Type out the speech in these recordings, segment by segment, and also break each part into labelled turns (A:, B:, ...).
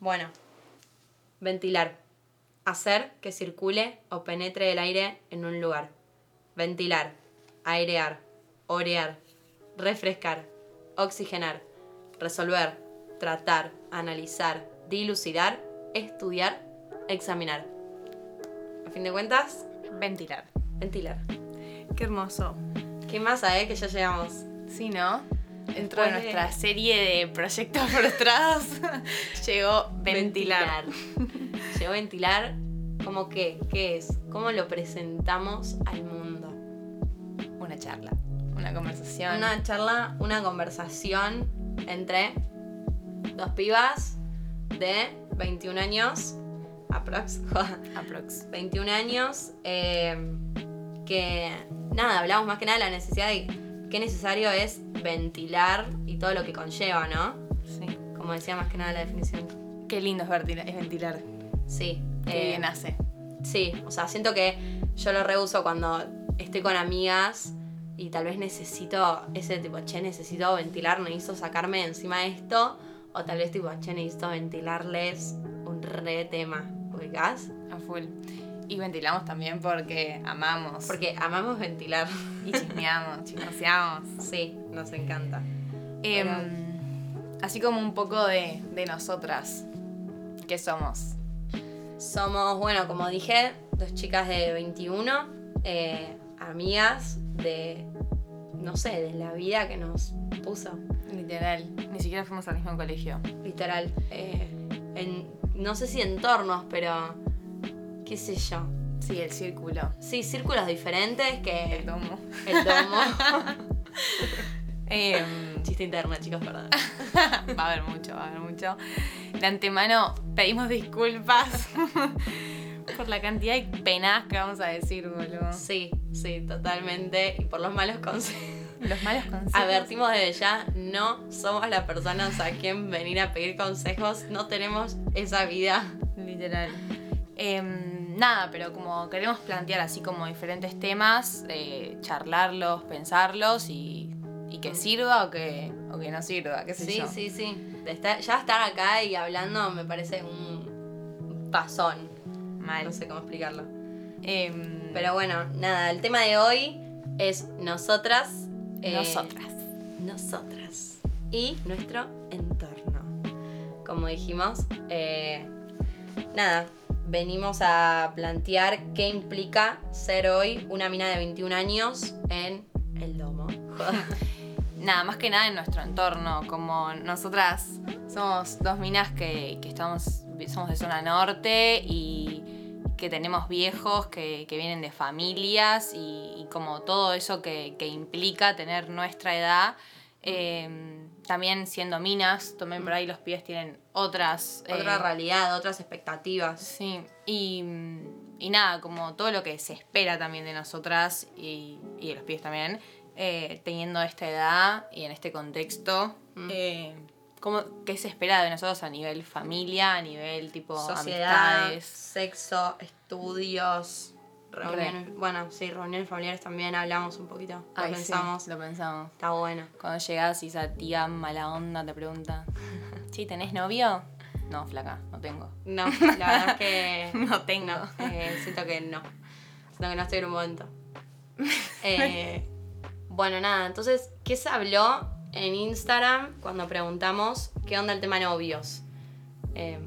A: Bueno, ventilar. Hacer que circule o penetre el aire en un lugar. Ventilar, airear, orear, refrescar, oxigenar, resolver, tratar, analizar, dilucidar, estudiar, examinar. A fin de cuentas,
B: Ventilar.
A: ventilar.
B: Qué hermoso.
A: ¿Qué más eh? Que ya llegamos.
B: Sí, ¿no? Dentro
A: Después de-
B: de nuestra serie de proyectos frustrados llegó ventilar.
A: Ventilar. Llegó ventilar como qué, qué es, cómo lo presentamos al mundo.
B: Una charla, una conversación.
A: Una charla, una conversación entre dos pibas de 21 años, aprox, joda,
B: Aprox.
A: 21 años, eh, que nada, hablamos más que nada de la necesidad de qué necesario es ventilar y todo lo que conlleva, ¿no?
B: Sí.
A: Como decía más que nada la definición.
B: Qué lindo es vertila- es ventilar.
A: Sí.
B: Qué
A: eh,
B: bien hace.
A: Sí, o sea, siento que yo lo reuso cuando estoy con amigas y tal vez necesito ese tipo, che, necesito ventilar, necesito sacarme de encima de esto. O tal vez tipo, che, necesito ventilarles un re tema, ¿ubicás?
B: A full. Y ventilamos también porque amamos.
A: Porque amamos ventilar.
B: Y chismeamos, chismoseamos.
A: Sí, nos encanta.
B: Em, así como un poco de, de nosotras. ¿Qué somos?
A: Somos, bueno, como dije, dos chicas de 21, eh, amigas de, no sé, de la vida que nos puso.
B: Literal. Ni siquiera fuimos al mismo colegio.
A: literal. eh, en, no sé si entornos, pero qué sé yo.
B: Sí, el círculo.
A: Sí, círculos diferentes que
B: El domo.
A: el domo.
B: Em,
A: Chiste interno, chicos, perdón.
B: va a haber mucho, va a haber mucho. De antemano pedimos disculpas por la cantidad de penadas que vamos a decir, boludo.
A: Sí, sí, totalmente. Y por los malos consejos.
B: Los malos consejos.
A: Advertimos desde ya, no somos las personas a quien venir a pedir consejos. No tenemos esa vida.
B: Literal. Em, nada, pero como queremos plantear así como diferentes temas, eh, charlarlos, pensarlos y, y que sirva o que, o que no sirva, qué sé
A: Sí,
B: yo.
A: sí, sí. De estar- ya estar acá y hablando me parece un pasón.
B: Mal.
A: No sé cómo explicarlo.
B: Em,
A: Pero bueno, nada, el tema de hoy es nosotras. eh,
B: nosotras.
A: Nosotras. Y nuestro entorno. Como dijimos, eh, nada, venimos a plantear qué implica ser hoy una mina de 21 años en el domo.
B: Nada, más que nada en nuestro entorno, como nosotras somos dos minas que, que estamos, somos de zona norte y que tenemos viejos que, que vienen de familias y, y como todo eso que, que implica tener nuestra edad. eh, también siendo minas, también por ahí los pies tienen otras...
A: Otra
B: eh,
A: realidad, otras expectativas.
B: Sí, y, mm, y nada, como todo lo que se espera también de nosotras y, y de los pies también, eh, teniendo esta edad y en este contexto,
A: Mm.
B: eh, ¿cómo- ¿qué se espera de nosotros a nivel familia, a nivel tipo
A: Sociedad,
B: amistades?
A: sexo, estudios, reuniones. Bueno, sí, reuniones familiares también hablamos un poquito. Lo
B: Ay, sí,
A: pensamos.
B: lo pensamos.
A: Está bueno.
B: Cuando llegas y esa tía mala onda te pregunta, ¿sí tenés novio? No, flaca, no tengo.
A: No, la verdad es que
B: No tengo.
A: no. eh, siento que no. Siento que no estoy en un momento. Eh, bueno, nada, entonces, ¿qué se habló en Instagram cuando preguntamos qué onda el tema novios? Eh,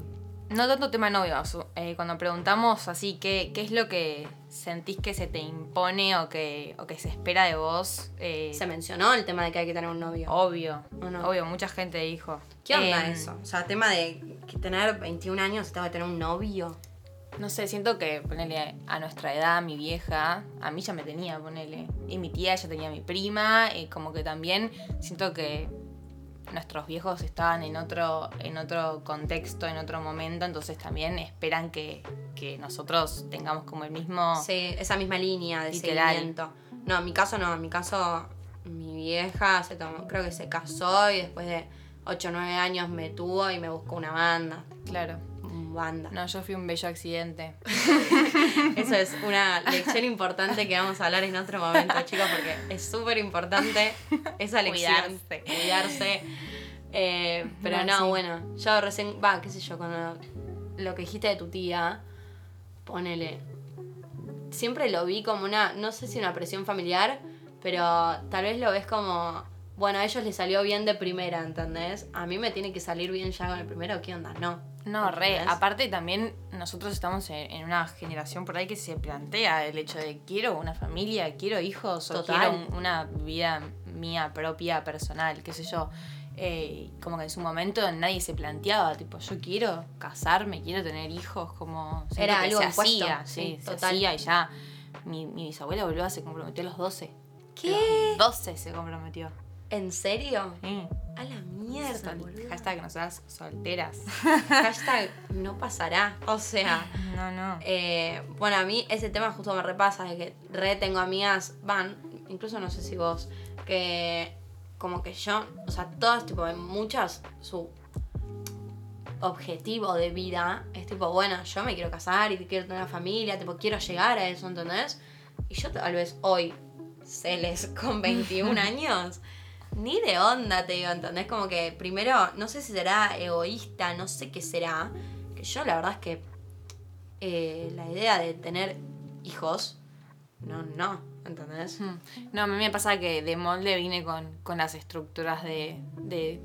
B: No tanto tema novios. eh, cuando preguntamos así, ¿qué, ¿qué es lo que sentís que se te impone o que, o que se espera de vos? Eh,
A: se mencionó el tema de que hay que tener un novio.
B: Obvio,
A: ¿O no?
B: obvio, mucha gente dijo.
A: ¿Qué onda
B: Eh,
A: eso? O sea, tema de que tener 21 años y tengo que tener un novio.
B: No sé, siento que, ponele, a nuestra edad, mi vieja, a mí ya me tenía, ponele. Y mi tía ya tenía a mi prima, eh, como que también siento que nuestros viejos estaban en otro, en otro contexto, en otro momento, entonces también esperan que, que nosotros tengamos como el mismo...
A: Sí, esa misma línea de
B: Oh. Literal.
A: seguimiento. No, en mi caso no, en mi caso mi vieja se tomó, creo que se casó y después de 8 o 9 años me tuvo y me buscó una banda.
B: Claro.
A: Mm, Banda.
B: No, yo fui un bello accidente.
A: Eso es una lección importante que vamos a hablar en otro momento, chicos, porque es súper importante esa lección.
B: Cuidarse.
A: Cuidarse. Eh, pero
B: Ah,
A: no,
B: sí.
A: bueno, yo recién, va, qué sé yo, con lo, lo que dijiste de tu tía, ponele. Siempre lo vi como una, no sé si una presión familiar, pero tal vez lo ves como, bueno, a ellos les salió bien de primera, ¿entendés? A mí me tiene que salir bien ya con el primero, ¿qué onda? No.
B: No, re.
A: ¿Entendés?
B: Aparte también nosotros estamos en, en una generación por ahí que se plantea el hecho de quiero una familia, quiero hijos o
A: Total.
B: quiero un- una vida mía propia, personal, qué sé yo. Eh, como que en su momento nadie se planteaba, tipo, yo quiero casarme, quiero tener hijos, como siento
A: Era
B: que
A: algo
B: se
A: impuesto,
B: hacía,
A: sí,
B: sí, se
A: total.
B: hacía y ya. Mi, mi bisabuela boluda se comprometió a los 12.
A: ¿Qué?
B: A los 12 se comprometió.
A: ¿En serio?
B: Sí.
A: A la mierda,
B: Sol-
A: boludo.
B: hashtag nosotras solteras.
A: Hashtag no pasará. O sea.
B: No, no.
A: Eh, bueno, a mí ese tema justo me repasa, de que re tengo amigas, van, incluso no sé si vos, que como que yo, o sea, todas, tipo, en muchas, su objetivo de vida es tipo, bueno, yo me quiero casar y quiero tener una familia, tipo, quiero llegar a eso, ¿entendés? Y yo tal vez hoy, Celes, con 21 años, ni de onda, te digo, ¿entendés? Como que primero, no sé si será egoísta, no sé qué será, que yo la verdad es que eh, la idea de tener hijos, no, no, ¿entendés?
B: Mm. No, a mí me pasa que de molde vine con, con las estructuras de, de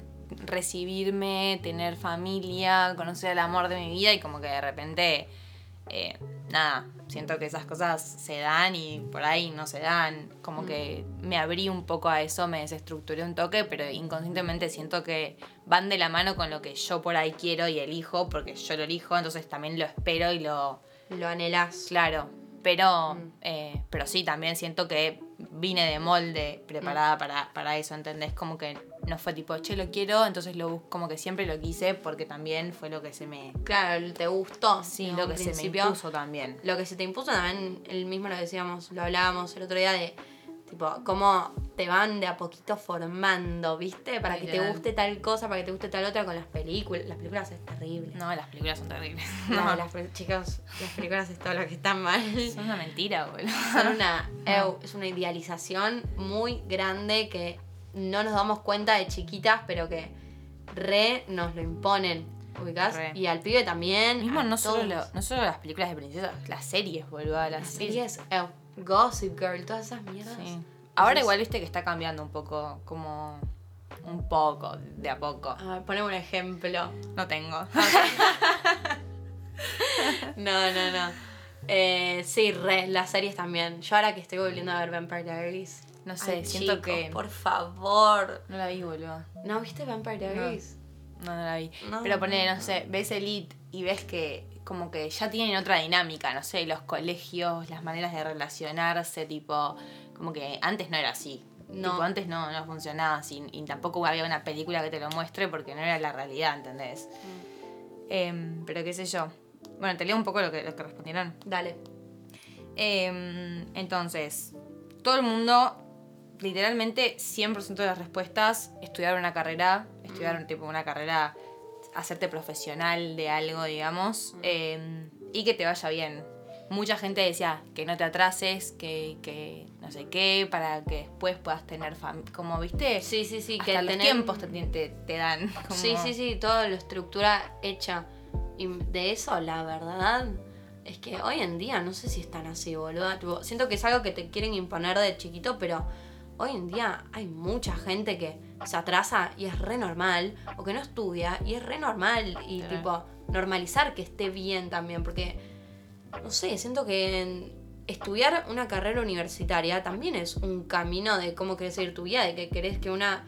B: recibirme, tener familia, conocer el amor de mi vida y como que de repente, eh, nada, siento que esas cosas se dan y por ahí no se dan. Como
A: Mm.
B: que me abrí un poco a eso, me desestructuré un toque, pero inconscientemente siento que van de la mano con lo que yo por ahí quiero y elijo, porque yo lo elijo, entonces también lo espero y lo,
A: Lo anhelás.
B: Claro, pero,
A: Mm.
B: eh, pero sí, también siento que vine de molde
A: Mm.
B: preparada para, para eso, ¿entendés? Como que no fue tipo, che, lo quiero, entonces lo bus- como que siempre lo quise porque también fue lo que se me...
A: Claro, te gustó.
B: Sí,
A: en
B: lo
A: un
B: que se me
A: principio.
B: impuso también.
A: Lo que se te impuso también, el mismo lo decíamos, lo hablábamos el otro día de, tipo, cómo te van de a poquito formando, ¿viste? Para que te
B: Literal.
A: guste tal cosa, para que te guste tal otra con las películas. Las películas es terrible.
B: No, las películas son terribles.
A: No,
B: No,
A: las pe- chicos, las películas es todo lo que está mal.
B: son una mentira, boludo.
A: son una, eu, es una idealización muy grande que no nos damos cuenta de chiquitas, pero que re nos lo imponen. ¿Ubicás?
B: Re.
A: Y al pibe también.
B: Mismo
A: a
B: no solo,
A: todos.
B: lo- no solo las películas de princesas, las series, boludo, las,
A: Las series, eu, eh, Gossip Girl, todas esas mierdas.
B: Sí. Ahora
A: Entonces-
B: igual viste que está cambiando un poco, como un poco, de a poco.
A: A ver, poneme Ah, un ejemplo.
B: No tengo.
A: No, no, no. Eh, sí, re, las series también. Yo ahora que estoy volviendo a ver Vampire Diaries.
B: No sé,
A: ay,
B: siento
A: chicos,
B: que...
A: Por favor.
B: No la vi, boludo.
A: ¿No viste Vampire Diaries?
B: No, no la vi.
A: No,
B: Pero
A: no,
B: ponele,
A: no.
B: no sé, ves Elite y ves que como que ya tienen otra dinámica, no sé, los colegios, las maneras de relacionarse, tipo, como que antes no era así.
A: No.
B: Tipo, antes no, no funcionaba así y tampoco había una película que te lo muestre porque no era la realidad, ¿entendés?
A: Mm.
B: Em, pero qué sé yo. Bueno, te leo un poco lo que, lo que respondieron.
A: Dale.
B: Em, entonces, todo el mundo, literalmente 100% de las respuestas, estudiar una carrera, estudiar
A: Mm.
B: un tipo una carrera, hacerte profesional de algo, digamos,
A: Mm.
B: em, y que te vaya bien. Mucha gente decía que no te atrases, que, que no sé qué, para que después puedas tener fam- como viste,
A: Sí, sí, sí.
B: Hasta
A: que
B: los
A: tener-
B: tiempos te, te- te dan. como-
A: Sí, sí, sí, toda la estructura hecha. Y de eso, la verdad, es que hoy en día no sé si están así, boludo. Tipo, siento que es algo que te quieren imponer de chiquito, pero hoy en día hay mucha gente que se atrasa y es re normal, o que no estudia y es re normal. Y
B: Claro.
A: tipo, normalizar que esté bien también, porque, no sé, siento que en- estudiar una carrera universitaria también es un camino de cómo querés seguir tu vida, de que querés que una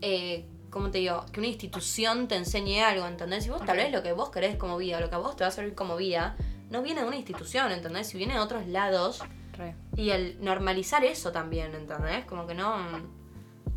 A: eh, ¿cómo te digo? Que una institución te enseñe algo, ¿entendés? Y vos tal vez lo que vos querés como vida, lo que a vos te va a servir como vida, no viene de una institución, ¿entendés? Si viene de otros lados.
B: Re.
A: Y el normalizar eso también, ¿entendés? Como que no...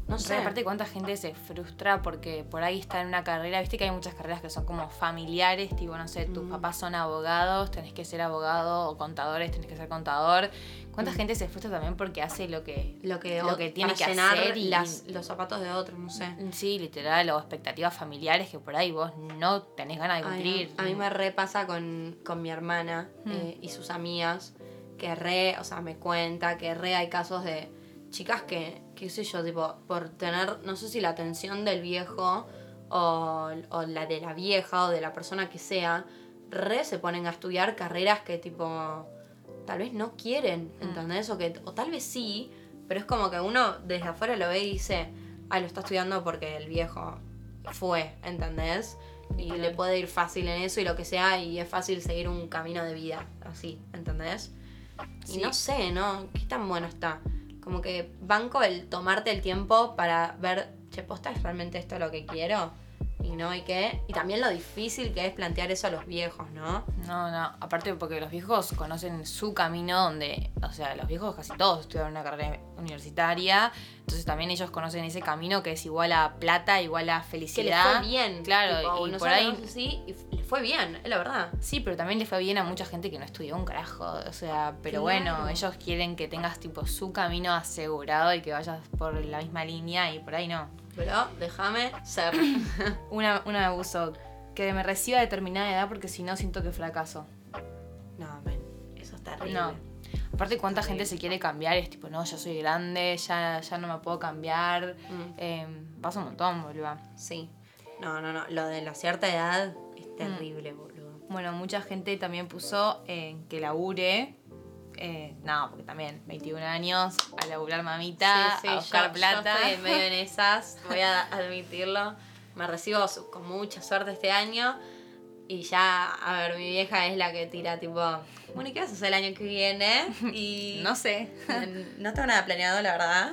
A: No
B: Re,
A: sé.
B: aparte cuánta gente se frustra porque por ahí está en una carrera, viste que hay muchas carreras que son como familiares, tipo, no sé, tus
A: Mm.
B: papás son abogados, tenés que ser abogado, o contadores, tenés que ser contador. ¿Cuánta
A: Mm.
B: gente se frustra también porque hace lo que...
A: lo que,
B: lo que tiene
A: para
B: que
A: llenar
B: hacer y-
A: las- los zapatos de otros, no sé.
B: Sí, literal, o expectativas familiares que por ahí vos no tenés ganas de
A: Ay,
B: cumplir.
A: no. a mí me repasa con, con mi hermana
B: Mm.
A: eh, y sus amigas, que re, o sea, me cuenta que re hay casos de chicas que, qué sé yo, tipo, por tener, no sé si la atención del viejo o, o la de la vieja o de la persona que sea, re se ponen a estudiar carreras que tipo tal vez no quieren, ¿entendés? O, que, o tal vez sí, pero es como que uno desde afuera lo ve y dice, ah, lo está estudiando porque el viejo fue, ¿entendés? Y
B: Literal.
A: le puede ir fácil en eso y lo que sea, y es fácil seguir un camino de vida así, ¿entendés?
B: Sí.
A: Y no sé, ¿no? ¿Qué tan bueno está? Como que banco el tomarte el tiempo para ver, che, posta, ¿es realmente esto lo que quiero? Y no, ¿y qué? Y también lo difícil que es plantear eso a los viejos, ¿no?
B: No, no, aparte porque los viejos conocen su camino donde, o sea, los viejos casi todos estudiaron una carrera universitaria, entonces también ellos conocen ese camino que es igual a plata, igual a
A: Que le
B: felicidad.
A: fue bien.
B: Claro,
A: tipo,
B: y
A: nosotros
B: por ahí...
A: Sí, y le fue bien, es la verdad.
B: Sí, pero también le fue bien a mucha gente que no estudió un carajo, o sea,
A: Claro.
B: pero bueno, ellos quieren que tengas tipo su camino asegurado y que vayas por la misma línea y por ahí no.
A: Pero déjame ser.
B: Una, un abuso, que me reciba a determinada edad porque si no siento que fracaso.
A: No, men, eso está terrible.
B: No. Aparte, cuánta
A: Sí.
B: gente se quiere cambiar y es tipo, no, ya soy grande, ya, ya no me puedo cambiar.
A: Mm.
B: Eh, pasa un montón, boludo.
A: Sí. No, no, no. Lo de la cierta edad es terrible, boludo.
B: Bueno, mucha gente también puso eh, que labure. Eh, no, porque también, 21 años, a laburar mamita, a buscar
A: yo,
B: plata.
A: yo estoy en medio en esas, voy a admitirlo. Me recibo su- con mucha suerte este año. Y ya, a ver, mi vieja es la que tira tipo, bueno, ¿y qué vas a hacer el año que viene? Y
B: No sé.
A: no tengo nada planeado, la verdad.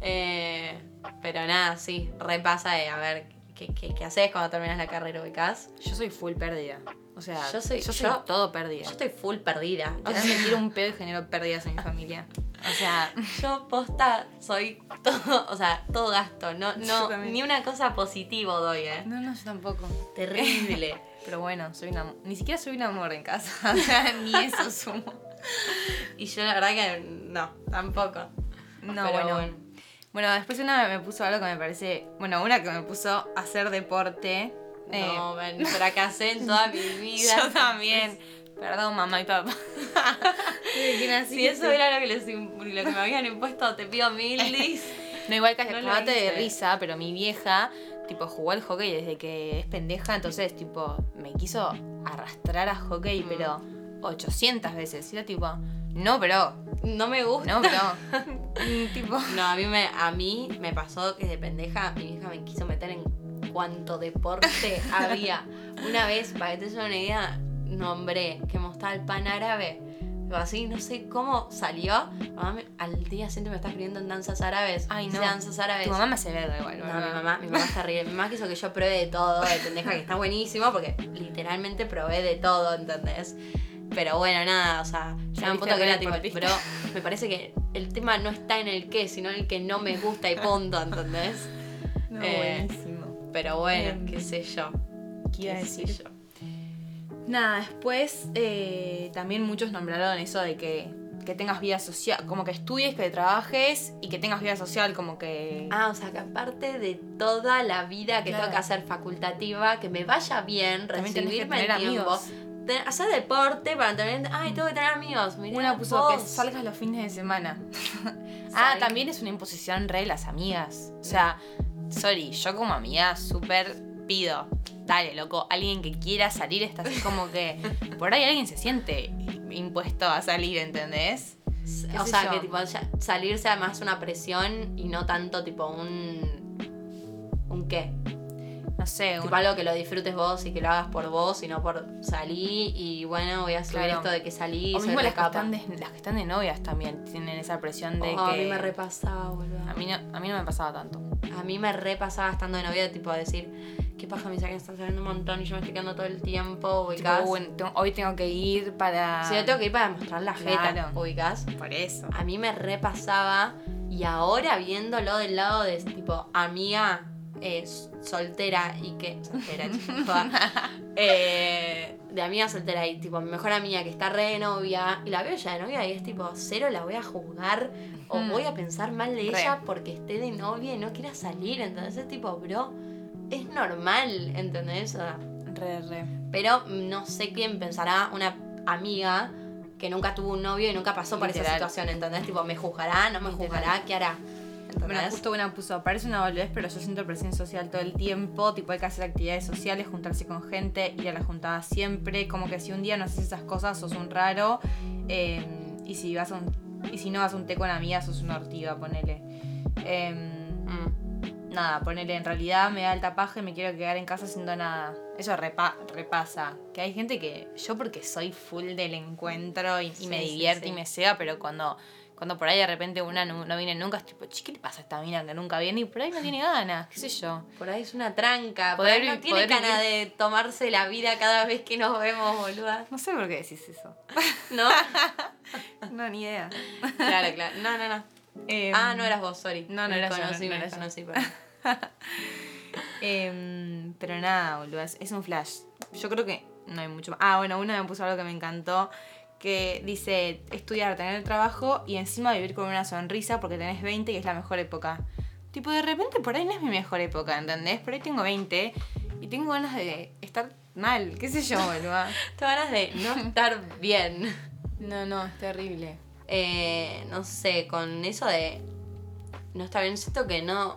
A: Eh, pero nada, sí, repasa de a ver qué, qué, qué haces cuando terminas la carrera ubicás.
B: Yo soy full pérdida. O sea, yo
A: Yo
B: soy,
A: soy- yo-
B: todo pérdida.
A: Yo estoy full perdida.
B: O sea, me tiro un pedo y genero pérdidas en mi familia. O sea,
A: Yo posta soy todo, o sea, todo gasto, no,
B: Yo
A: no,
B: también.
A: ni una cosa positivo doy, eh.
B: no, no, yo tampoco.
A: Terrible.
B: Pero bueno, soy una, ni siquiera soy un amor en casa. O sea, ni eso sumo.
A: Y yo la verdad que no, tampoco. Pero
B: No, bueno. bueno. después una me puso algo que me parece. Bueno, una que me puso hacer deporte. Eh,
A: No, ven, fracasé en toda mi vida.
B: yo también. Perdón, mamá y papá.
A: Si eso era lo que, les, im- lo que me habían impuesto, te pido mil dis.
B: No, igual que
A: No lo
B: acabate de
A: hice.
B: risa, pero mi vieja, tipo, jugó al hockey desde que es pendeja, entonces, tipo, me quiso arrastrar a hockey,
A: Mm.
B: pero 800 veces. Y era tipo, no, pero,
A: No me gusta.
B: no, pero. Mm, tipo,
A: No, a mí me, a mí me pasó que de pendeja mi hija me quiso meter en cuanto deporte había. Una vez, para que te des una idea, nombré que me gustaba el pan árabe. Pero así, no sé cómo salió. Mamá me- al día siguiente me está escribiendo en danzas árabes.
B: Ay,
A: Hice
B: no.
A: danzas árabes.
B: tu mamá me hace verga igual,
A: No, mi
B: boluda.
A: mamá, mi mamá está riendo. Mi mamá quiso que yo pruebe de todo, de pendeja, que está buenísimo, porque literalmente probé de todo, ¿entendés? Pero bueno, nada, o sea, llega un punto que era tipo,
B: Deportista.
A: bro, me parece que el tema no está en el qué, sino en el que no me gusta y punto, ¿entendés?
B: No,
A: Eh,
B: buenísimo.
A: Pero bueno,
B: Bien.
A: qué sé yo.
B: ¿Qué iba a
A: qué sé
B: decir?
A: yo.
B: Nada, después eh, también muchos nombraron eso de que, que tengas vida social, como que estudies, que trabajes y que tengas vida social, como que...
A: Ah, o sea, que aparte de toda la vida que
B: Claro.
A: tengo que hacer facultativa, que me vaya bien,
B: también tenés que
A: recibirme
B: tener
A: en tiempo,
B: amigos.
A: te- hacer deporte para tener. Ay, tengo que tener amigos. Mirá
B: Una puso que
A: vos.
B: salgas los fines de semana. ah,
A: Sal-
B: también es una imposición re de las amigas. O sea, sorry, yo como amiga súper pido. Dale, loco, alguien que quiera salir está así como que. Por ahí alguien se siente impuesto a salir, ¿entendés? qué
A: O
B: sé
A: sea,
B: yo.
A: que tipo ya- salir sea más una presión y no tanto tipo un. ¿Un qué?
B: No sé, un-
A: Tipo algo que lo disfrutes vos y que lo hagas por vos y no por salí y bueno, voy a subir
B: Claro.
A: esto de que salí.
B: o
A: soy
B: mismo las que,
A: recapa.
B: están de, las que están de novias también tienen esa presión de
A: Oh,
B: que.
A: A mí me repasaba, boludo.
B: a, mí no, a mí no me pasaba tanto.
A: A mí me repasaba estando de novia, tipo decir, qué paja mis amigas están saliendo un montón y yo me estoy quedando todo el tiempo,
B: Tipo,
A: ubicás.
B: bueno, tengo- hoy tengo que ir para.
A: Si yo tengo que ir para mostrar la jeta,
B: Claro.
A: ubicás.
B: Por eso.
A: a mí me repasaba y ahora viéndolo del lado de tipo amiga eh, s- soltera y que soltera chica, eh, de amiga soltera y tipo mi mejor amiga que está re de novia y la veo ya de novia y es tipo cero la voy a juzgar o
B: Mm.
A: voy a pensar mal de
B: Re.
A: ella porque esté de novia y no quiera salir entonces es tipo bro es normal ¿entendés? O sea,
B: Re, re.
A: pero mm, no sé quién pensará una amiga que nunca tuvo un novio y nunca pasó por
B: Literal.
A: esa situación, ¿entendés? Tipo, ¿me juzgará? ¿No me
B: Literal.
A: juzgará? ¿Qué hará? ¿entendés?
B: Bueno, justo una puso, parece una boludez, pero yo siento presión social todo el tiempo, tipo hay que hacer actividades sociales, juntarse con gente, ir a la juntada siempre, como que si un día no haces esas cosas sos un raro, eh, y si vas a un, y si no vas a un té con amigas sos una ortiva, ponele. Em,
C: Mm.
B: nada, ponele, en realidad me da el tapaje, me quiero quedar en casa haciendo nada. Eso repa- repasa. Que hay gente que yo porque soy full del encuentro y, y
A: Sí,
B: me
A: sí,
B: divierte
A: sí.
B: y me ceba, pero cuando, cuando por ahí de repente una no, no viene nunca, es tipo, che, ¿qué le pasa a esta mina que nunca viene? Y por ahí no tiene ganas, qué sé yo.
A: Por ahí es una tranca, por
C: Poder
A: ahí no
C: vi-
A: tiene
C: poder
A: ganas de tomarse la vida cada vez que nos vemos, boluda.
B: No sé por qué decís eso.
A: ¿No?
B: No, ni idea.
A: claro, claro. No, no, no.
B: Em,
A: Ah, no eras vos, sorry.
B: no, no
A: Me
B: era yo,
A: conocí,
B: no, no
A: me
B: era yo.
A: conocí, perdón.
B: Em, pero nada, boludo, es, es un flash. Yo creo que no hay mucho más. Ah, bueno, una me puso algo que me encantó. Que dice estudiar, tener el trabajo y encima vivir con una sonrisa porque tenés 20 y es la mejor época. Tipo, de repente por ahí no es mi mejor época, ¿entendés? Por ahí tengo 20 y tengo ganas de estar mal, qué sé yo, boludo.
A: Tengo ganas de no estar bien.
B: No, no, es terrible.
A: Eh, no sé, con eso de no estar bien, siento que no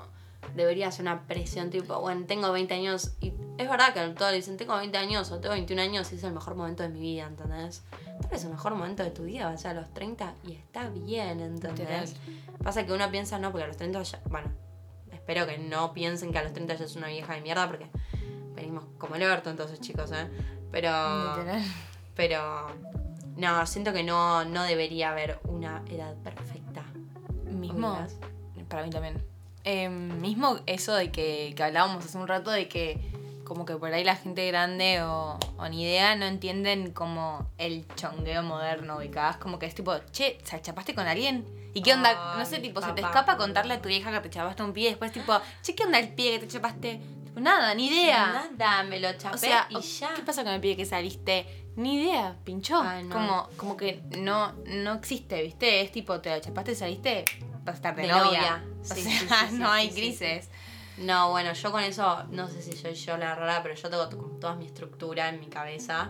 A: debería ser una presión tipo, bueno, tengo 20 años y es verdad que todos dicen, tengo 20 años o tengo 21 años y es el mejor momento de mi vida, ¿entendés? Tal vez el mejor momento de tu vida va a ser a los 30 y está bien, ¿entendés? Pasa que uno piensa, no, porque a los 30 ya, bueno, espero que no piensen que a los 30 ya es una vieja de mierda porque venimos como el orto entonces, chicos, ¿eh? Pero...
B: Literal.
A: Pero no, siento que no, no debería haber una edad perfecta.
B: Mismo.
A: ¿Ubicás?
B: Para mí también. Eh, mismo eso de que, que hablábamos hace un rato de que como que por ahí la gente grande o, o ni idea no entienden como el chongueo moderno, ubicadas como que es tipo, che, ¿se chapaste con alguien? ¿Y qué onda?
A: Ay,
B: no sé, tipo, se te
A: papá.
B: escapa contarle a tu vieja que te chapaste un pie, después tipo, che, ¿qué onda el pie que te chapaste? Tipo, nada, ni idea.
A: Nada, me lo chapé
B: O sea,
A: y
B: o-
A: ya.
B: ¿qué pasa con el pie que saliste? Ni idea, pinchó.
A: Ay, no.
B: como, como que no, no existe, ¿viste? Es tipo, te la chapaste, saliste, vas a estar de,
A: De
B: novia.
A: novia.
B: O
A: Sí,
B: sea,
A: sí, sí, sí,
B: no hay
A: sí, sí.
B: grises.
A: No, bueno, yo con eso, no sé si soy yo la rara, pero yo tengo como toda mi estructura en mi cabeza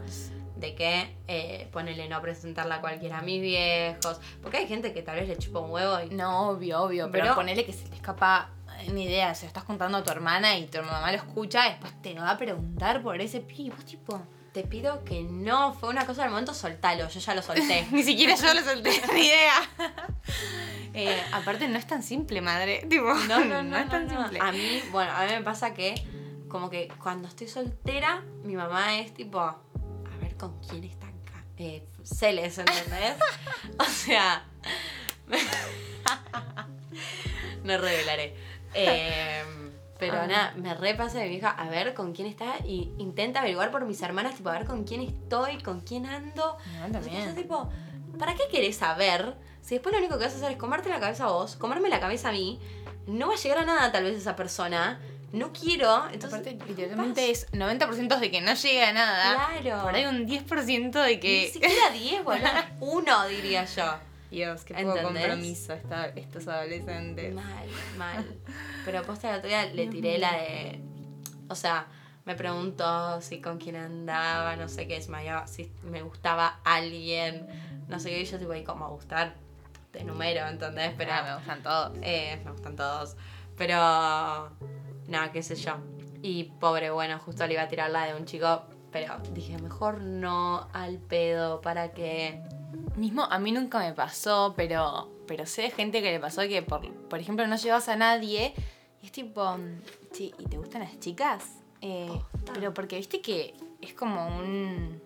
A: de que eh, ponerle no presentarla a cualquiera a mis viejos. Porque hay gente que tal vez le chupa un huevo y.
B: No, obvio, obvio. Pero,
A: Pero-
B: ponele que se te escapa eh, ni idea. Se lo estás contando a tu hermana y tu mamá lo escucha, después te va a preguntar por ese pie. Y vos, tipo.
A: Te pido que no, fue una cosa del momento, soltalo, yo ya lo solté.
B: Ni siquiera yo lo solté, ni idea. Eh, aparte, no es tan simple, madre. Tipo,
A: No, no, no, no,
B: es tan
A: no.
B: simple.
A: A mí, bueno, a mí me pasa que como que cuando estoy soltera, mi mamá es tipo, a ver con quién está acá. Eh, Celes, ¿entendés? o sea, no revelaré. Eh, pero
B: Ah.
A: nada, me repasa mi vieja a ver con quién está y intenta averiguar por mis hermanas, tipo, a ver con quién estoy, con quién ando.
B: No,
A: Entonces,
B: también.
A: tipo, ¿para qué querés saber? Si después lo único que vas a hacer es comerte la cabeza a vos, comerme la cabeza a mí, no va a llegar a nada tal vez esa persona, no quiero, entonces...
B: Aparte,
A: ¿qué
B: literalmente es 90% de que no llega
A: pasa?
B: a nada.
A: Claro.
B: Por ahí un 10% de
A: Ni
B: que.
A: siquiera 10, boludo. Uno, diría yo.
B: Dios, qué
A: poco
B: poco
A: compromiso
B: compromiso estos adolescentes.
A: Mal, mal. Pero posta la otra día le tiré la de... O sea, me preguntó si con quién andaba, no sé qué, si me, había- si me gustaba alguien, no sé qué, y yo tipo, ¿y cómo gustar? Te número, ¿entendés? Pero...
B: Pero me gustan todos.
A: Eh, me gustan todos. Pero. Nada, qué sé yo. Y pobre, bueno, justo le iba a tirar la de un chico. Pero dije, mejor no al pedo para que.
B: Mismo, a mí nunca me pasó, pero, pero sé de gente que le pasó que, por, por ejemplo, no llevas a nadie y es tipo, sí, ¿y te gustan las chicas? Eh,
A: Posta.
B: pero porque viste que es como un,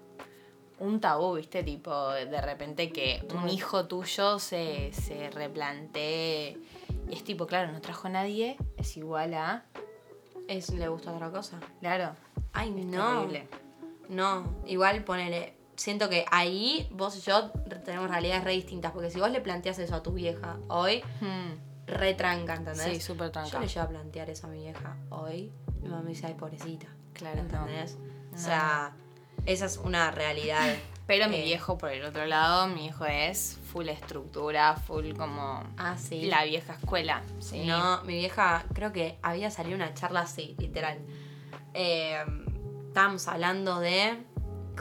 B: un tabú, viste, tipo, de repente que un
A: Total.
B: hijo tuyo se, se replantee y es tipo, claro, no trajo a nadie, es igual a,
A: Es, le gusta otra cosa.
B: claro,
A: Ay, no.
B: terrible.
A: No, igual ponele. Siento que ahí vos y yo tenemos realidades re distintas. Porque si vos le planteas eso a tu vieja hoy,
B: Hmm,
A: retranca, ¿entendés?
B: Sí, súper
A: Yo
B: tranca.
A: le llevo a plantear eso a mi vieja hoy. Mi mamá me dice, ay, pobrecita.
B: Claro, no.
A: ¿Entendés? O sea, esa es una realidad.
B: Pero mi
A: Eh.
B: viejo, por el otro lado, mi hijo es full estructura, full como
A: Ah, sí.
B: la vieja escuela. Sí.
A: No, mi vieja, creo que había salido una charla así, literal. Eh, estábamos hablando de.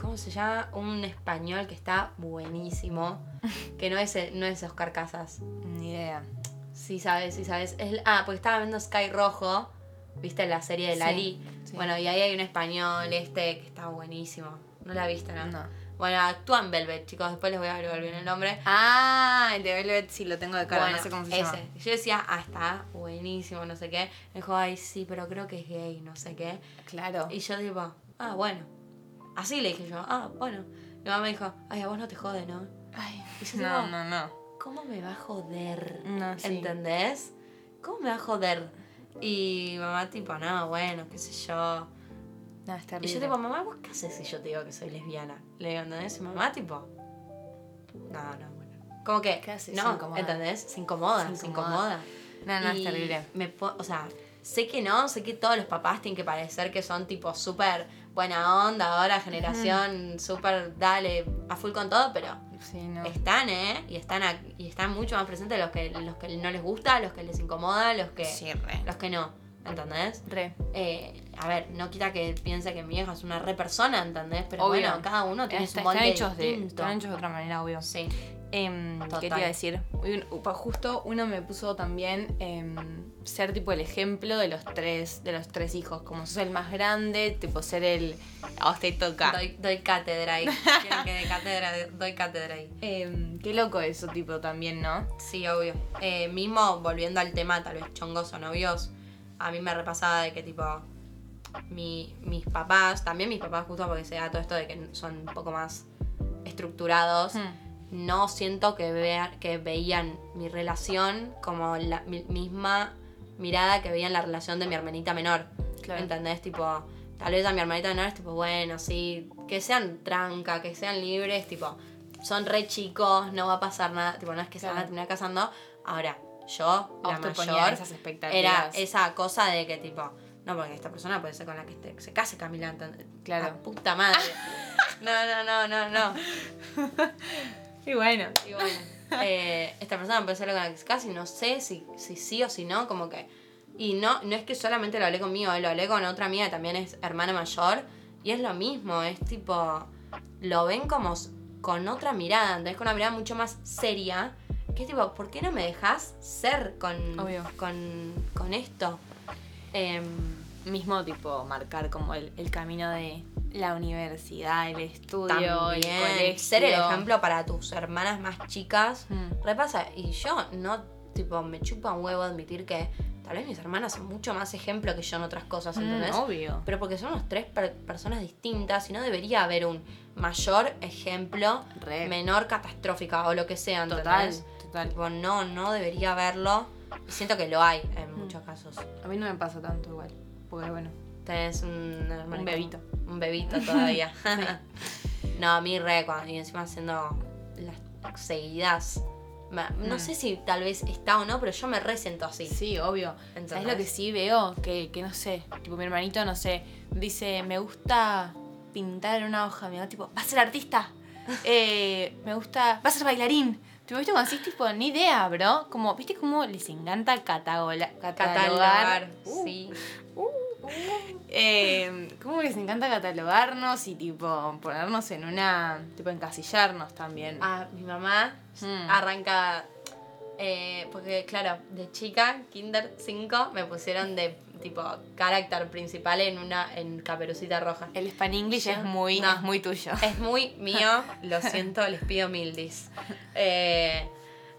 A: ¿Cómo se llama? Un español que está buenísimo. Que no es, no es Oscar Casas.
B: Ni idea.
A: Sí, sabes, sí, sabes. Es- ah, porque estaba viendo Sky Rojo, viste la serie de
D: Sí,
A: Lali.
D: sí.
A: Bueno, y ahí hay un español este que está buenísimo. No la viste, ¿no?
B: No.
A: Bueno, actúa en Velvet, chicos. Después les voy a agregar bien el nombre.
B: Ah, el de Velvet sí lo tengo de cara,
A: bueno,
B: no sé cómo se
A: ese.
B: llama.
A: Yo decía, ah, está buenísimo, no sé qué. Me dijo, ay, sí, pero creo que es gay, no sé qué.
B: Claro.
A: Y yo tipo, ah, bueno. Así le dije yo, ah, bueno. Mi mamá me dijo, ay, a vos no te jode, ¿no?
B: Ay,
A: Y yo
B: no,
A: digo,
B: no, no.
A: ¿Cómo me va a joder?
B: No, sí.
A: ¿Entendés? ¿Cómo me va a joder? Y mamá tipo, no, bueno, qué sé yo.
B: No, está
A: Y
B: horrible.
A: yo tipo, mamá, ¿vos qué haces si yo te digo que soy lesbiana? Le digo, ¿entendés? Y mamá tipo, no, no, bueno. Como que,
B: ¿Qué haces? Se
A: no,
B: incomoda.
A: ¿entendés? Se incomoda,
B: Se
A: se
B: incomoda.
A: incomoda.
B: Ah, No, no,
A: Y
B: es terrible.
A: Me po- o sea, sé que no, sé que todos los papás tienen que parecer que son tipo súper buena onda, ahora generación, súper dale, a full con todo, pero
B: Sí, no.
A: están, ¿eh? Y están, ac- y están mucho más presentes los que, los que no les gusta, los que les incomoda, los que,
B: Sí, re.
A: los que no, ¿entendés?
B: Re.
A: Eh, a ver, no quita que piense que mi vieja es una re persona, ¿entendés? Pero
B: Obvio.
A: bueno, cada uno tiene
B: Está-
A: su molde
B: están, hechos de,
A: distinto.
B: están hechos de otra manera, obvio.
A: Sí.
B: Em, ¿Qué te
A: Total.
B: iba a decir? Uy, un- upa, justo uno me puso también em, ser tipo el ejemplo de los tres, de los tres hijos. Como sos el más grande, tipo ser el. A vos te toca.
A: Doy, doy cátedra ahí. Quieren que de cátedra, doy cátedra ahí.
B: Em, qué loco eso, tipo, también, ¿no?
A: Sí, obvio. Eh, mismo volviendo al tema, tal vez chongos o novios, a mí me repasaba de que tipo mi- mis papás, también mis papás justo porque se da todo esto de que son un poco más estructurados, no siento que, vean, que veían mi relación como la mi- misma mirada que veían la relación de mi hermanita menor.
B: Claro.
A: ¿Entendés? Tipo, tal vez a mi hermanita menor es tipo, bueno, sí, que sean tranca, que sean libres, tipo, son re chicos, no va a pasar nada, tipo, no es que se van a
B: Claro.
A: terminar casando. Ahora, yo,
B: A
A: la
B: vos te ponían
A: mayor,
B: esas
A: era
B: expectativas.
A: esa cosa de que tipo, no, porque esta persona puede ser con la que te- se case Camila, ¿entendés?
B: Claro.
A: La puta madre. No, no, no, no, no.
B: Y bueno.
A: Y bueno, eh, esta persona puede ser con la que se case y no sé si, si sí o si no, como que. Y no, no es que solamente lo hablé conmigo, eh, lo hablé con otra amiga que también es hermana mayor. Y es lo mismo, es tipo. Lo ven como s- con otra mirada, ¿entendés? Con una mirada mucho más seria. Que es tipo, ¿por qué no me dejas ser con,
B: Obvio.
A: con, con esto? Em,
B: Mismo, tipo, marcar como el, el camino de la universidad, el estudio, el
A: también
B: colegio.
A: ser el ejemplo para tus hermanas más chicas.
B: Mm.
A: Repasa, y yo no, tipo, me chupa un huevo admitir que tal vez mis hermanas son mucho más ejemplo que yo en otras cosas, ¿entendés?
B: Mm, obvio.
A: Pero porque somos tres per- personas distintas y no debería haber un mayor ejemplo,
B: Re.
A: menor catastrófica o lo que sea,
B: Eh. Total,
A: ¿entendés?
B: total.
A: Tipo, no, no debería haberlo. Y siento que lo hay
B: Mm.
A: en muchos casos.
B: A mí no me pasa tanto igual. Porque bueno.
A: Tenés un hermanito.
B: Un bebito.
A: Un bebito todavía. no, a mí re, cuando, y encima haciendo las seguidas. me- no
B: Mm.
A: sé si tal vez está o no, pero yo me re siento así.
B: Sí, obvio.
A: Entonces-
B: ¿Sabes lo que sí veo? Que, que no sé, tipo mi hermanito, no sé, dice, me gusta pintar en una hoja, me da tipo, va a ser artista, Eh, me gusta, va a ser bailarín. Tipo, ¿viste cuando decís, tipo, ni idea, bro? Como, ¿viste cómo les encanta catagola- catalogar?
A: Catalogar.
B: Uh,
A: Sí.
B: eh, ¿Cómo les encanta catalogarnos y, tipo, ponernos en una, tipo, encasillarnos también?
A: Ah, mi mamá
B: Mm.
A: arranca. eh, porque, claro, de chica, Kinder 5, me pusieron de tipo carácter principal en una en caperucita roja.
B: El span English
A: Yo-
B: es muy,
A: no. Eh,
B: es muy tuyo.
A: Es muy mío, lo siento, les pido mildis. Eh,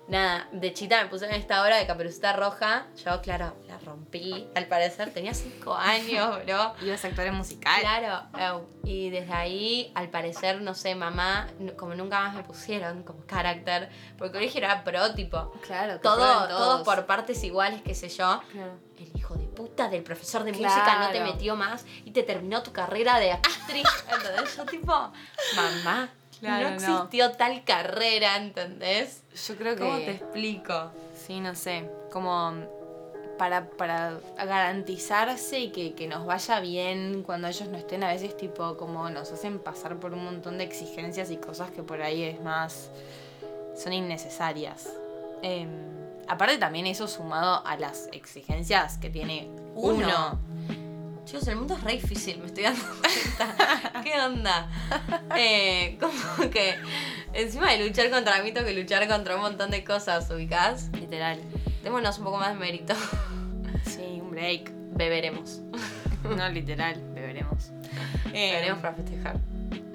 A: nada, de chita me pusieron esta obra de Caperucita Roja. Yo, claro, la rompí. Al parecer tenía cinco años, bro.
B: Ibas a actores musicales.
A: Claro, eh, y desde ahí, al parecer, no sé, mamá, n- como nunca más me pusieron como carácter, porque el colegio era pro, tipo,
B: Claro, que
A: todo,
B: prueben
A: todos por partes iguales, qué sé yo.
B: Claro.
A: El hijo de puta del profesor de
B: Claro.
A: música no te metió más y te terminó tu carrera de actriz. Entonces yo tipo, mamá,
B: Claro,
A: no
B: no.
A: existió tal carrera, ¿entendés?
B: Yo creo que.
A: ¿Cómo te explico?
B: Sí, no sé. Como mm, para, para garantizarse y que, que nos vaya bien cuando ellos no estén, a veces, tipo, como nos hacen pasar por un montón de exigencias y cosas que por ahí es más. son innecesarias. Em, aparte, también eso sumado a las exigencias que tiene
A: Uno.
B: uno.
A: Chicos, el mundo es re difícil, me estoy dando cuenta. ¿Qué onda? Eh, como que encima de luchar contra mí tengo que luchar contra un montón de cosas, ubicás.
B: Literal.
A: Démonos un poco más de mérito.
B: Sí, un break.
A: Beberemos.
B: No, literal, beberemos. Em,
D: Eh,
A: Beberemos para festejar.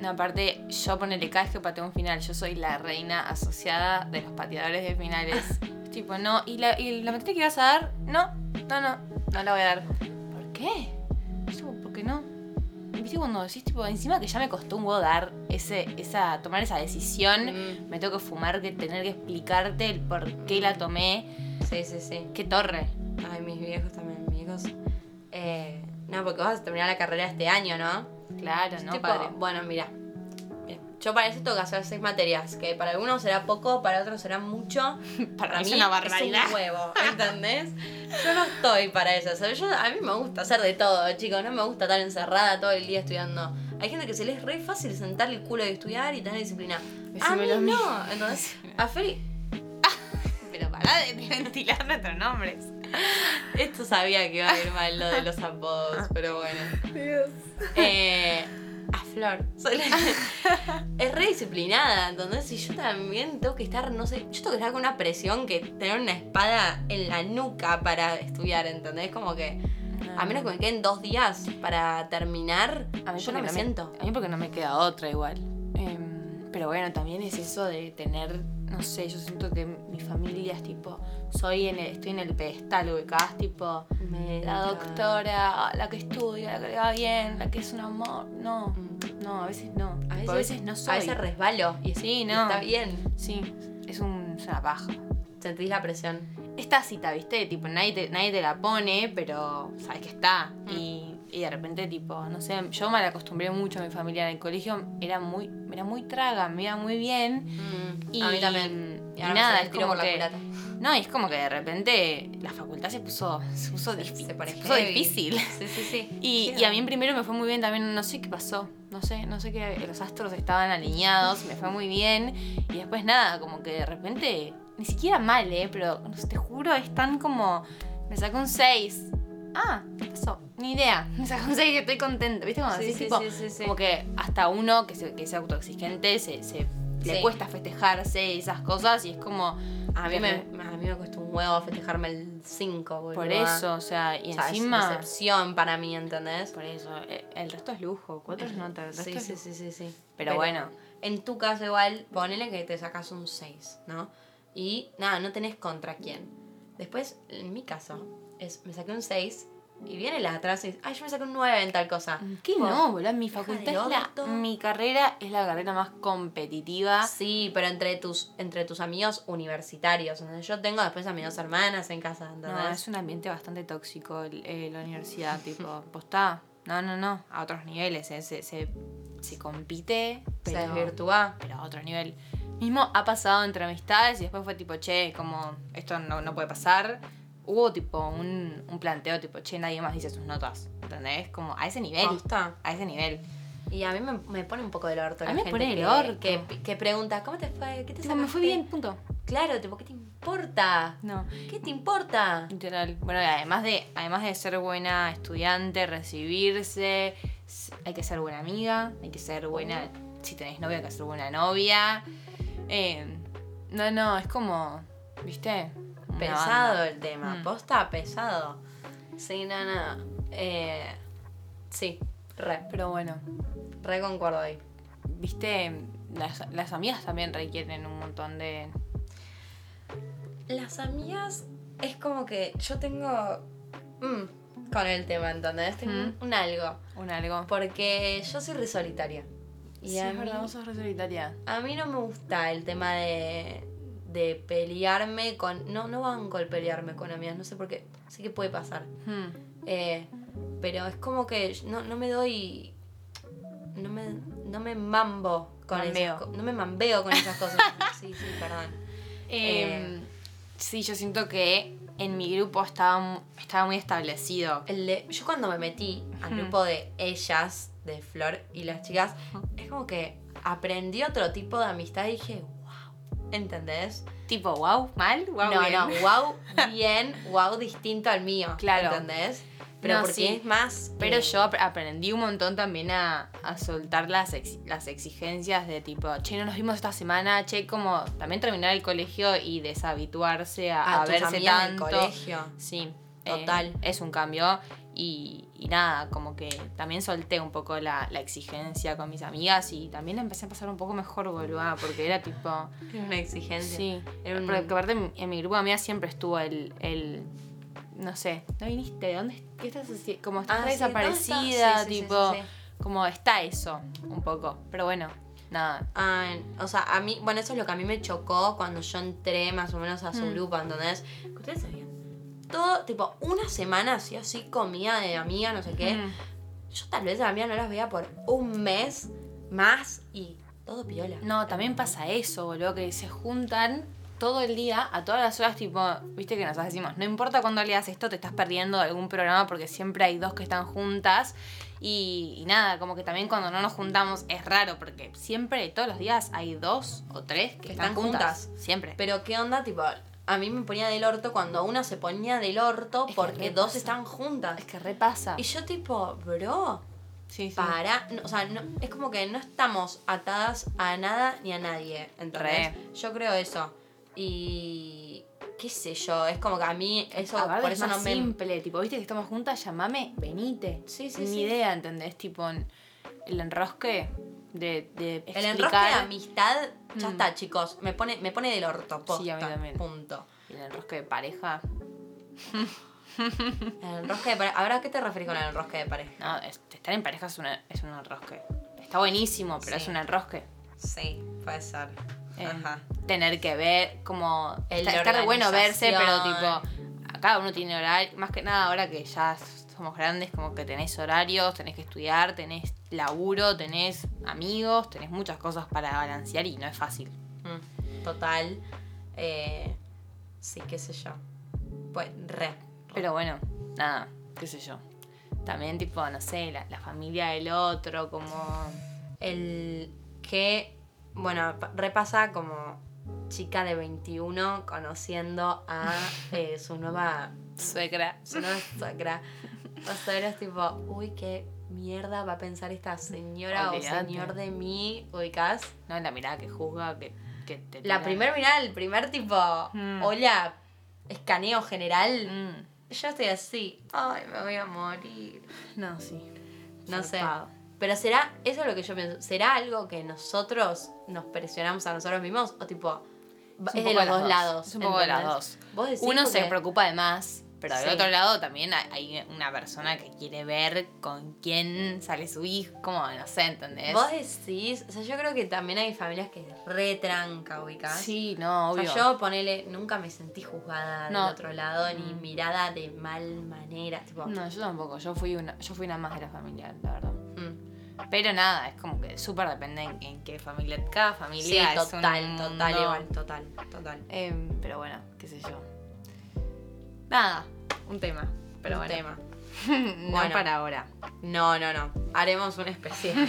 B: No, aparte, yo ponele cada vez que pateo un final, yo soy la reina asociada de los pateadores de finales. tipo, no, ¿y la, ¿y la materia que ibas a dar? No, no, no, no la voy a dar. ¿Por qué? Yo tipo, ¿por qué no? Viste cuando decís, tipo, encima que ya me costó un huevo dar ese, esa, tomar esa decisión,
A: Mm,
B: me tengo que fumar, que tener que explicarte el por qué la tomé.
A: Sí, sí, sí.
B: ¡Qué torre!
A: Ay, mis viejos también, amigos. Eh, no, porque vas a terminar la carrera este año, ¿no?
B: Claro,
A: Es
B: ¿no,
A: tipo,
B: padre?
A: Bueno, mira. Mira, Yo para eso tengo que hacer seis materias, que para algunos será poco, para otros será mucho. Para mí es un huevo, ¿entendés? Yo no estoy para eso. o sea, yo- a mí me gusta hacer de todo, chicos. No me gusta estar encerrada todo el día estudiando. Hay gente que se le es re fácil sentar el culo y estudiar y tener disciplina. a
D: Decime
A: mí
D: lo mismo.
A: no. Entonces, a Feli,
B: Pero pará de ventilar nuestros nombres.
A: esto sabía que iba a ir mal lo de los apodos, pero bueno.
D: Dios.
A: Eh, a Flor. Soy la- es re disciplinada, ¿entendés? Y yo también tengo que estar, no sé, yo tengo que estar con una presión que tener una espada en la nuca para estudiar, ¿entendés? Como que a menos que me queden dos días para terminar,
B: A mí
A: yo
B: porque
A: no me siento.
B: A mí porque no me queda otra igual. Em, pero bueno, también es eso de tener, no sé, yo siento que mi familia es tipo, soy en el- estoy en el pedestal ubicás, tipo,
A: Me
B: la
A: encanta.
B: doctora, ah, la que estudia, la que le va bien, la que es un amor. No,
A: Mm.
B: no, a veces no.
A: A veces,
B: Tipo, a veces no soy.
A: A veces resbalo y
B: Sí,
A: y
B: no.
A: está bien.
B: Sí, es, un- es una paja.
A: Sentís la presión.
B: Esta cita, ¿viste? Tipo, nadie te, nadie te la pone, pero sabes que está.
A: Mm.
B: Y, y de repente, tipo, no sé, yo me la acostumbré mucho a mi familia en el colegio. Era muy, era muy traga, me iba muy bien.
A: Mm,
B: Y,
A: a mí también.
B: Y,
A: ahora me
B: nada,
A: sale
B: es
A: el tiro
B: como
A: por la
B: que.
A: culata.
B: no, y es como que de repente la facultad se puso, se puso,
A: Se-
B: difí-
A: se pone
B: se puso
A: heavy.
B: difícil.
A: Sí, sí, sí.
B: Y, y a mí en primero me fue muy bien también, no sé qué pasó, no sé, no sé qué, los astros estaban alineados, me fue muy bien y después nada, como que de repente, ni siquiera mal, ¿eh? Pero no sé, te juro, es tan como, me sacó un 6, ah, ¿qué pasó? Ni idea, me sacó un 6 y estoy contenta, ¿viste? Cuando
A: Sí,
B: decís
A: sí,
B: tipo,
A: sí, sí, sí.
B: como que hasta uno que, se- que es autoexigente se... se- le
A: Sí.
B: cuesta festejarse y esas cosas y es como
A: A mí, me,
B: Fíjate.
A: a mí me costó un huevo festejarme el 5, boludo.
B: por eso, o sea, y
A: O sea, es
B: encima
A: excepción para mí, ¿entendés?
B: por eso, eh, el resto es lujo, cuatro es nota, el resto
A: Sí,
B: es
A: sí,
B: lujo.
A: sí, sí, sí.
B: Pero bueno,
A: En tu caso igual, ponele que te sacas un 6, ¿no? Y nada, no tenés contra quién. Después, en mi caso, es me saqué un 6 y viene la de atrás y dice, ay, yo me saqué un 9 en tal cosa.
B: mm, ¿Qué
A: Tipo,
B: no, boludo? Mi
A: hija
B: facultad
A: del
B: es la.
A: orto.
B: Mi carrera es la carrera más competitiva.
A: Sí, pero entre tus, entre tus amigos universitarios. ¿entendés? Yo tengo después a mis dos hermanas en casa, ¿entendés?
B: No, es un ambiente bastante tóxico el- eh, la universidad, tipo, postá. No, no, no. A otros niveles, eh, se, se, se compite,
A: Se
B: pero,
A: desvirtúa.
B: pero a otro nivel. Mismo ha pasado entre amistades y después fue tipo, che, como esto no, no puede pasar. Hubo tipo un, un planteo tipo, che, nadie más dice sus notas. ¿Entendés? Como a ese
A: Ah.
B: nivel.
A: Posta.
B: A ese nivel.
A: Y a mí me, me pone un poco del orto la
B: A mí
A: gente
B: me pone
A: que,
B: del orto.
A: Que, que pregunta, ¿cómo te fue? ¿Qué te
B: Tipo, me fue
A: sacaste?".
B: bien, punto.
A: Claro, tipo, ¿qué te importa?
B: No.
A: ¿Qué te importa?
B: Literal. Bueno, y además de, además de ser buena estudiante, recibirse, s- hay que ser buena amiga, hay que ser buena. Si tenés novia, hay que ser buena novia. Eh, no, no, es como. ¿Viste? Una
A: Pesado
B: banda.
A: el tema,
B: Mm.
A: posta pesado. Sí, nana. Eh, sí, re,
B: Pero bueno,
A: re concuerdo ahí.
B: ¿viste? Las, las amigas también requieren un montón de.
A: Las amigas es como que yo tengo. mm, con el tema, ¿entendés? Tengo
B: Mm.
A: un- un algo.
B: un algo.
A: Porque yo soy re solitaria. Y
B: Sí,
A: a
B: es
A: mí-
B: verdad, vos sos re solitaria.
A: A mí no me gusta el tema de, de pelearme con... No, no banco el pelearme con amigas, no sé por qué. Sí que puede pasar.
B: Hmm.
A: Eh, pero es como que yo no, no me doy... No me, no me mambo con
B: Mambeo.
A: esas co- No me mambeo con esas cosas. Sí, sí, perdón.
B: Eh, sí, yo siento que en mi grupo estaba, mu- estaba muy establecido.
A: El de- yo cuando me metí al
B: Ujú.
A: grupo de ellas, de Flor y las chicas, es como que aprendí otro tipo de amistad y dije, wow, ¿entendés?
B: Tipo, wow, mal, wow.
A: no,
B: bien.
A: no, wow bien, wow distinto al mío.
B: Claro.
A: ¿Entendés? Pero
B: No,
A: porque
B: sí.
A: es más.
B: Pero
A: que-
B: yo ap- aprendí un montón también a, a soltar las, ex- las exigencias de tipo, che, no nos vimos esta semana, che, como también terminar el colegio y deshabituarse a,
A: a,
B: a
A: tus
B: verse
A: amigas del
B: tanto.
A: colegio.
B: Sí,
A: Total.
B: eh, es un cambio y, y nada, como que también solté un poco la, la exigencia con mis amigas y también la empecé a pasar un poco mejor, boluda, porque era tipo...
A: Era una exigencia.
B: Sí,
A: Era un-
B: Eh, porque aparte en, en mi grupo de amigas siempre estuvo el... el no sé, ¿no viniste? ¿Dónde est- qué estás haciendo? Como estás
A: Ah, sí,
B: desaparecida,
A: ¿dónde está? Sí, sí, sí,
B: tipo...
A: sí, sí.
B: Como está eso, un poco. Pero bueno, nada.
A: Ah, o sea, a mí, bueno, eso es lo que a mí me chocó cuando yo entré más o menos a su
B: Mm.
A: grupo, ¿entendés? Que ustedes sabían. Todo, tipo, una semana así, así comía de amiga, no sé qué.
B: Mm.
A: Yo tal vez a la mía no las veía por un mes más y todo piola.
B: No, también pasa eso, boludo, que se juntan todo el día, a todas las horas, tipo, viste que nos decimos, no importa cuándo leas esto, te estás perdiendo de algún programa porque siempre hay dos que están juntas. Y, y nada, como que también cuando no nos juntamos es raro porque siempre, todos los días, hay dos o tres que,
A: Que
B: están,
A: están
B: juntas.
A: juntas.
B: Siempre.
A: Pero qué onda, tipo, a mí me ponía del orto cuando una se ponía del orto
B: Es que
A: porque
B: re
A: dos
B: pasa.
A: están juntas.
B: es que repasa.
A: Y yo tipo, bro,
B: Sí, sí.
A: para, no, o sea, no- es como que no estamos atadas a nada ni a nadie, ¿entendés?
B: Re.
A: Yo creo eso. Y qué sé yo, es como que a mí eso
B: Aparte
A: por
B: es
A: eso no
B: más
A: me
B: simple, tipo, viste que estamos juntas, llamame, venite.
A: Sí, sí,
B: Ni
A: sí.
B: idea, ¿entendés? Tipo, el enrosque de, de explicar.
A: el enrosque de amistad, ya
B: Mm.
A: está, chicos, me pone me pone del orto, posta,
B: Sí, a mí también.
A: punto.
B: El enrosque de pareja.
A: El enrosque de pareja, ahora qué te referís con el enrosque de pareja?
B: No, es- estar en pareja es, una- es un enrosque. Está buenísimo, pero
A: Sí.
B: es un enrosque.
A: Sí, puede ser.
B: Eh, Tener que ver, como.
A: El
B: está
A: de
B: estar bueno verse, pero
A: organización.
B: tipo. Cada uno tiene horario. Más que nada, ahora que ya somos grandes, como que tenés horarios, tenés que estudiar, tenés laburo, tenés amigos, tenés muchas cosas para balancear y no es fácil.
A: Mm, Total. Eh, sí, qué sé yo. Pues re.
B: Pero bueno, nada, qué sé yo. También, tipo, no sé, la, la familia del otro, como.
A: El que, bueno, pa- repasa como chica de 21 conociendo a eh, su nueva
B: Suegra.
A: su nueva suegra. O sea, eres tipo, uy, qué mierda va a pensar esta señora o
B: Olvídate.
A: señor de mí, ubicás.
B: No, la mirada que juzga, que, que te
A: La
B: tira.
A: primera mirada, el primer tipo,
B: Mm.
A: hola, escaneo general.
B: Mm.
A: Yo estoy así, ay, me voy a morir.
B: No, sí.
A: No sé.
B: Zarpado.
A: Pero será, eso es lo que yo pienso, ¿será algo que nosotros nos presionamos a nosotros mismos? O tipo,
B: Es
A: es,
B: un
A: de
B: poco
A: los
B: de las
A: dos
B: dos.
A: lados.
B: Es un poco de las
A: ¿entendés?
B: dos.
A: Vos decís
B: Uno se
A: porque-
B: preocupa de más, pero del
A: Sí.
B: otro lado también hay hay una persona que quiere ver con quién sale su hijo, como no sé, ¿entendés?
A: Vos decís, o sea, yo creo que también hay familias que retranca, ubicás.
B: Sí, no,
A: O sea,
B: obvio.
A: yo ponele, nunca me sentí juzgada
B: No.
A: del otro lado, ni
B: Mm.
A: mirada de mal manera. Tipo,
B: No, yo tampoco, yo fui una, yo fui una más de la familia, la verdad.
A: mm,
B: Pero nada, es como que súper depende en, en qué familia, cada
A: sí,
B: familia es un
A: total, total,
B: mundo.
A: igual, total, total.
B: Em, pero bueno, qué sé yo. Nada, un tema, pero
A: Un
B: bueno.
A: tema.
B: no
A: Bueno.
B: para ahora.
A: No, no, no. Haremos una especial.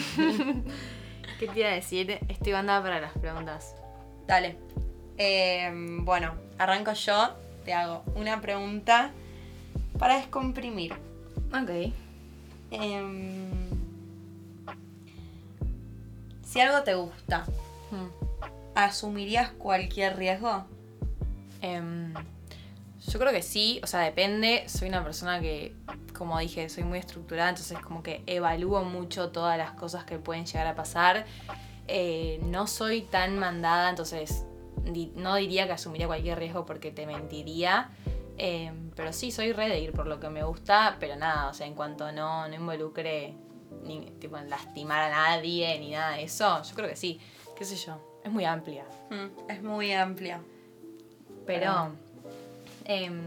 B: ¿Qué te iba a decir? Estoy bandada para las preguntas.
A: Dale. Eh, bueno, arranco yo. Te hago una pregunta para descomprimir.
B: Ok.
A: Em, si algo te gusta,
B: Hmm.
A: ¿asumirías cualquier riesgo?
B: Em, yo creo que sí, o sea, depende. Soy una persona que, como dije, soy muy estructurada, entonces como que evalúo mucho todas las cosas que pueden llegar a pasar. Eh, no soy tan mandada, entonces di- no diría que asumiría cualquier riesgo porque te mentiría. Em, pero sí, soy re de ir por lo que me gusta, pero nada, o sea, en cuanto no, no involucre ni tipo, en lastimar a nadie ni nada de eso, yo creo que sí. ¿Qué sé yo? Es muy amplia.
A: Hmm, Es muy amplia.
B: Pero, em,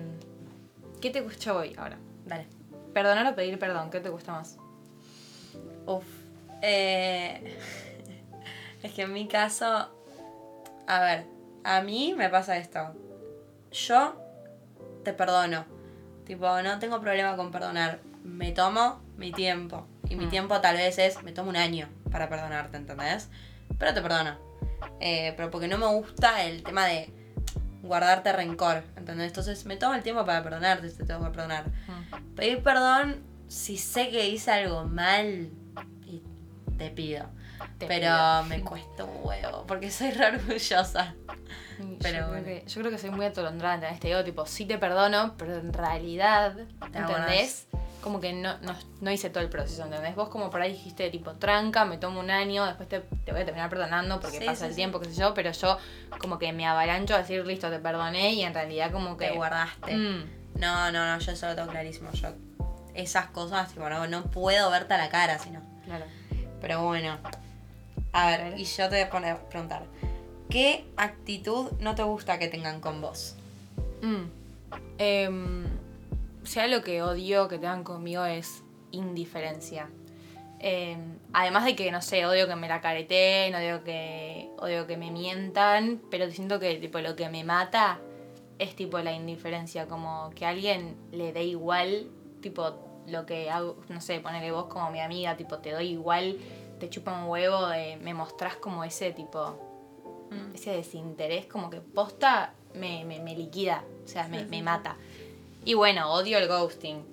B: ¿qué te gusta hoy ahora?
A: Dale.
B: Perdonar o pedir perdón, ¿qué te gusta más?
A: Uf. Eh, es que en mi caso, a ver, a mí me pasa esto. Yo te perdono. Tipo, no tengo problema con perdonar. Me tomo mi tiempo. Y mi
B: Mm.
A: tiempo tal vez es, me tomo un año para perdonarte, ¿entendés? Pero te perdono. Eh, pero porque no me gusta el tema de, guardarte rencor, ¿entendés? Entonces me tomo el tiempo para perdonarte, te tengo que perdonar. Pedir perdón si sé que hice algo mal y te pido.
B: Te
A: pero
B: pido.
A: me cuesta un huevo, porque soy re orgullosa. Pero
B: yo,
A: bueno.
B: creo que, yo creo que soy muy atolondrada, ¿entendés? Te digo, tipo, sí te perdono, pero en realidad, ¿entendés? Como que no, no, no hice todo el proceso, ¿entendés? Vos como por ahí dijiste, tipo, tranca, me tomo un año, después te, te voy a terminar perdonando porque
A: Sí,
B: pasa
A: sí,
B: el
A: sí.
B: tiempo, qué sé yo, pero yo como que me avalancho a decir, listo, te perdoné y en realidad como que...
A: Te guardaste.
B: Mm,
A: No, no, no, yo eso lo tengo clarísimo. Yo esas cosas, tipo, no, no puedo verte a la cara, sino.
B: claro.
A: Pero bueno. A ver,
B: ver.
A: y yo te voy a poner- preguntar. ¿Qué actitud no te gusta que tengan con vos?
B: Mm. Em, si hay algo que odio que tengan conmigo es indiferencia. Em, además de que, no sé, odio que me la careteen, odio que, odio que me mientan, pero siento que tipo, lo que me mata es tipo la indiferencia, como que a alguien le dé igual, tipo lo que hago, no sé, ponele vos como mi amiga, tipo te doy igual, te chupa un huevo, de- me mostrás como ese tipo ese desinterés como que posta me, me, me liquida, o sea, me, me mata. Y bueno, odio el ghosting.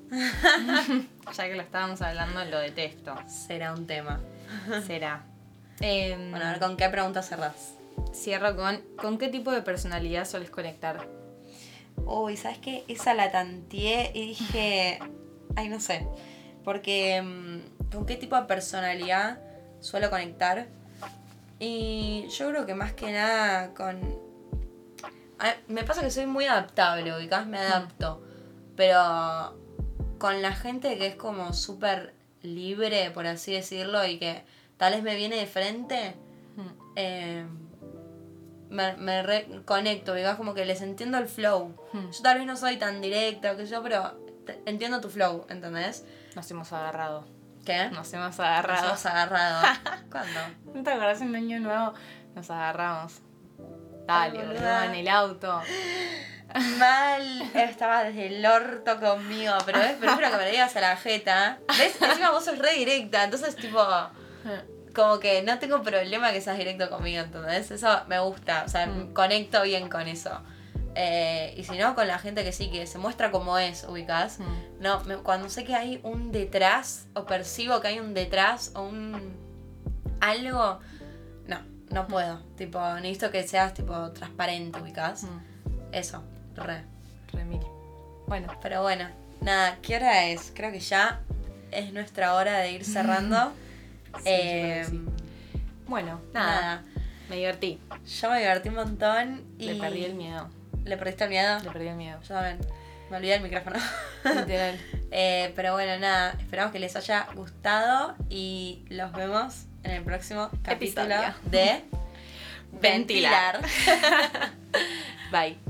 B: ya que lo estábamos hablando, lo detesto.
A: Será un tema.
B: Será. Em,
A: Bueno, a ver, ¿con qué pregunta cerrás?
B: cierro con, ¿con qué tipo de personalidad soles conectar?
A: Uy, ¿sabes qué? Esa la tanteé y dije. Ay, no sé. Porque. mm, ¿Con qué tipo de personalidad suelo conectar? Y yo creo que más que nada con. A- Me pasa que soy muy adaptable, ubicás, me adapto. Pero. Con la gente que es como súper libre, por así decirlo, y que tal vez me viene de frente,
B: Mm,
A: eh, me, me reconecto, ¿verdad? Como que les entiendo el flow.
B: Hmm.
A: Yo tal vez no soy tan directa o qué sé yo, pero te- entiendo tu flow, ¿entendés?
B: Nos hemos agarrado.
A: ¿Qué?
B: Nos hemos
A: ¿Eh? Nos
B: agarrado.
A: hemos agarrado. ¿Cuándo?
B: ¿No te acordás en Año Nuevo? Nos agarramos. Dale,
A: boluda.
B: boludo, en el auto.
A: Mal. Estabas desde el orto conmigo, pero es prefiero que me lo digas a la jeta. ¿Ves? Encima vos sos re directa, entonces tipo... Como que no tengo problema que seas directo conmigo, entonces eso me gusta, o sea,
B: Mm.
A: conecto bien con eso. Eh, y si no, con la gente que sí, que se muestra como es, ubicás.
B: Mm,
A: No, me- cuando sé que hay un detrás, o percibo que hay un detrás, o un algo, no, no puedo. Tipo, necesito que seas tipo transparente, ubicás.
B: mm,
A: Eso, re.
B: re mil. Bueno,
A: Pero bueno, nada, ¿qué hora es? Creo que ya es nuestra hora de ir cerrando.
B: yo creo
A: Eh,
B: que sí. bueno, nada.
A: Nada,
B: Me divertí.
A: yo me divertí un montón y...
B: Le perdí el miedo.
A: ¿Le perdiste el miedo?
B: Le perdí el miedo.
A: Yo también. Me olvidé el micrófono.
B: Literal.
A: Eh, pero bueno, nada, esperamos que les haya gustado y los vemos en el próximo capítulo
B: Episodio.
A: de
B: Ventilar. Bye.